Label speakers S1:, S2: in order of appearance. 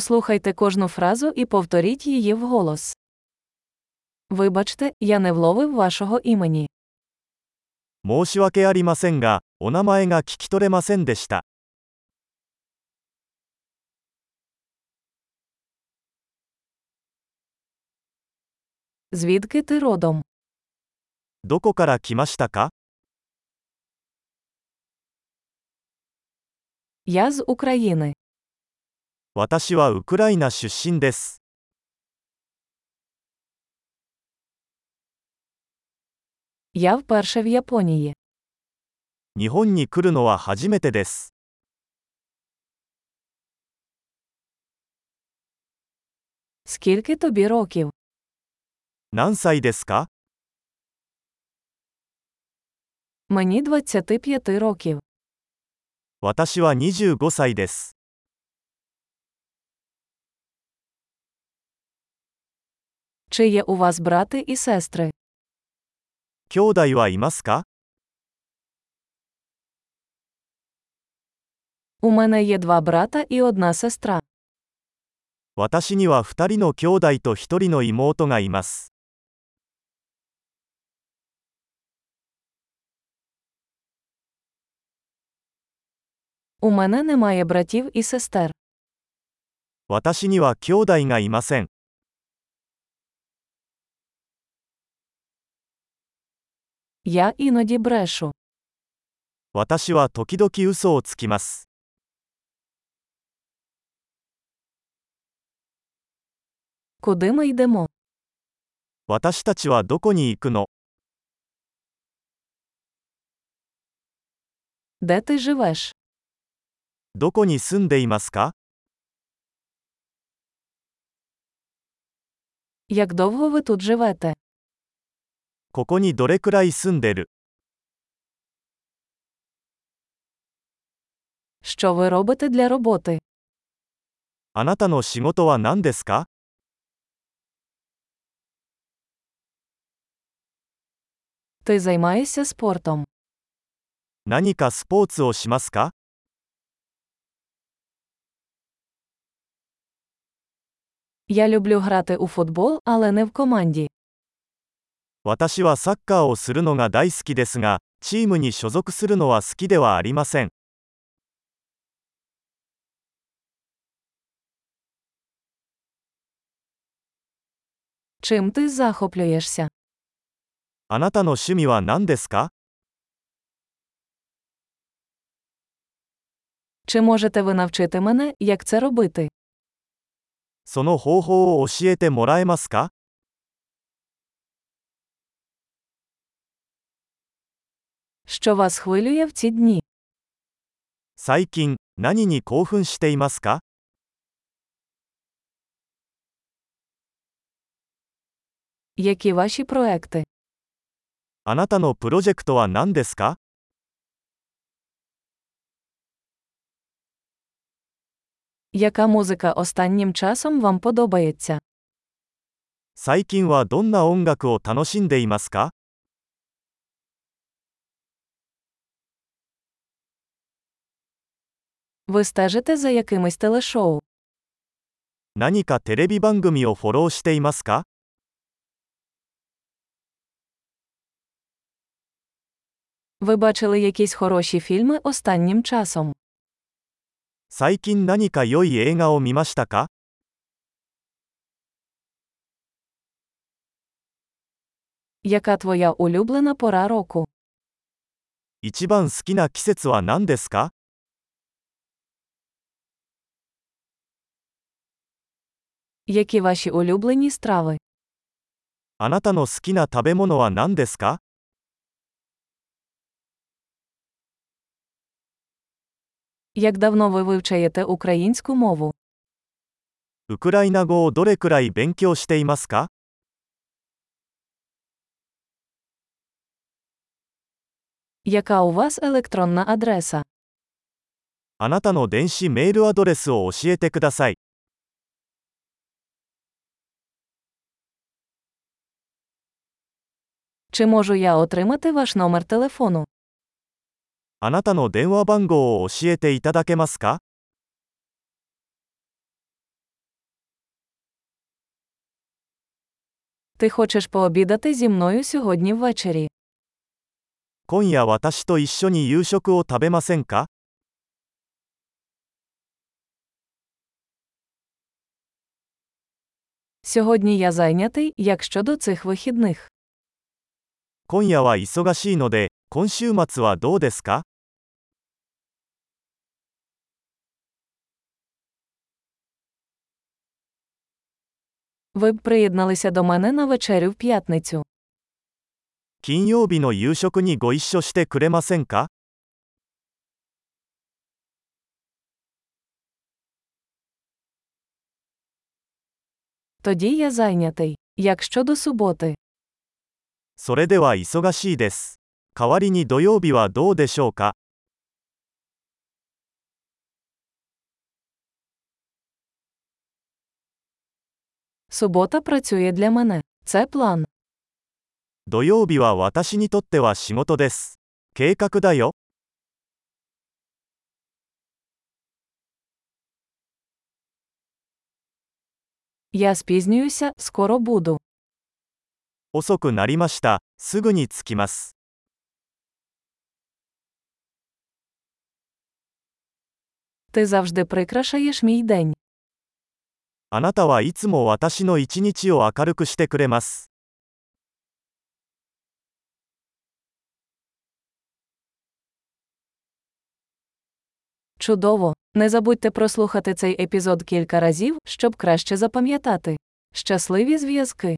S1: Послухайте кожну фразу і повторіть її вголос. Вибачте, я не вловив вашого імені.
S2: 申し訳ありませんが、お名前が聞き取れませんでした。
S1: Звідки ти родом?
S2: どこから来ましたか
S1: Я з України.
S2: 私はウクライナ出身です。
S1: Я вперше в Японії.
S2: 日本に来るのは初めてです。
S1: Скільки тобі років?
S2: 何歳ですか
S1: Мені 25 років.
S2: 私は25歳です。
S1: Чи є у вас брати і сестри?
S2: 兄弟はいますか
S1: У мене є два брата і одна сестра.
S2: 私には2人の兄弟と1人の妹がいます。
S1: У мене немає братів і сестер.
S2: 私には兄弟がいません。
S1: Я іноді брешу.
S2: 私は時々嘘をつきます。
S1: Куди ми йдемо?
S2: 私たちはどこに行くの
S1: Де ти живеш?
S2: どこに住んでいますか
S1: Як довго ви тут живете?
S2: ここにどれくらい住んでる
S1: Що ви робите для роботи?
S2: あなたの仕事は何ですか
S1: Ти займаєшся спортом.
S2: 何かスポーツをしますか
S1: Я люблю грати у футбол, але не в команді.
S2: 私はサッカーをするのが大好きですが、チームに所属するのは好きではありません。
S1: Чим ти захоплюєшся?
S2: あなたの趣味は何ですか
S1: Чи можете ви навчити мене, як це робити?
S2: その方法を教えてもらえますか
S1: Що вас хвилює в ці дні?
S2: 最近、何に興奮していますか
S1: Які ваші проекти?
S2: あなたのプロジェクトは何ですか
S1: Яка музика останнім часом вам подобається?
S2: 最近はどんな音楽を楽しんでいますか
S1: Ви стежите за якимись телешоу?
S2: 何かテレビ番組をフォローしていますか
S1: Ви бачили якісь хороші фільми останнім часом?
S2: 最近何か良い映画を見ましたか
S1: Яка твоя улюблена пора року?
S2: 一番好きな季節は何ですか
S1: Які ваші улюблені страви?
S2: あなたの好きな食べ物は何ですか
S1: Як давно ви вивчаєте українську мову?
S2: ウクライナ語をどれくらい勉強していますか
S1: Яка у вас електронна адреса?
S2: あなたの電子メールアドレスを教えてください。
S1: Чи можу я отримати ваш номер телефону?
S2: あなたの電話番号を教えていただけますか
S1: Ти хочеш пообідати зі мною сьогодні ввечері.
S2: 今夜私と一緒に夕食を食べませんか
S1: Сьогодні я зайнятий, як щодо цих вихідних.
S2: 今夜は忙しいので、今週末はどうですか
S1: Ви б приєдналися до мене на вечерю в п'ятницю.
S2: 金曜日の夕食にご一緒してくれませんか
S1: Тоді я зайнятий. Як щодо суботи?
S2: それでは忙しいです。代わりに土曜日はどうでしょうか
S1: Субота працює для мене. Це план.
S2: 土曜日は私にとっては仕事です。計画だよ。
S1: Я спізнююся, скоро буду.
S2: 遅くなりました。すぐに着きます。
S1: Ти завжди прикрашаєш мій день.
S2: あなたはいつも私の一日を明るくしてくれます。
S1: Чудово! Не забудьте прослухати цей епізод кілька разів, щоб краще запам'ятати. Щасливі зв'язки!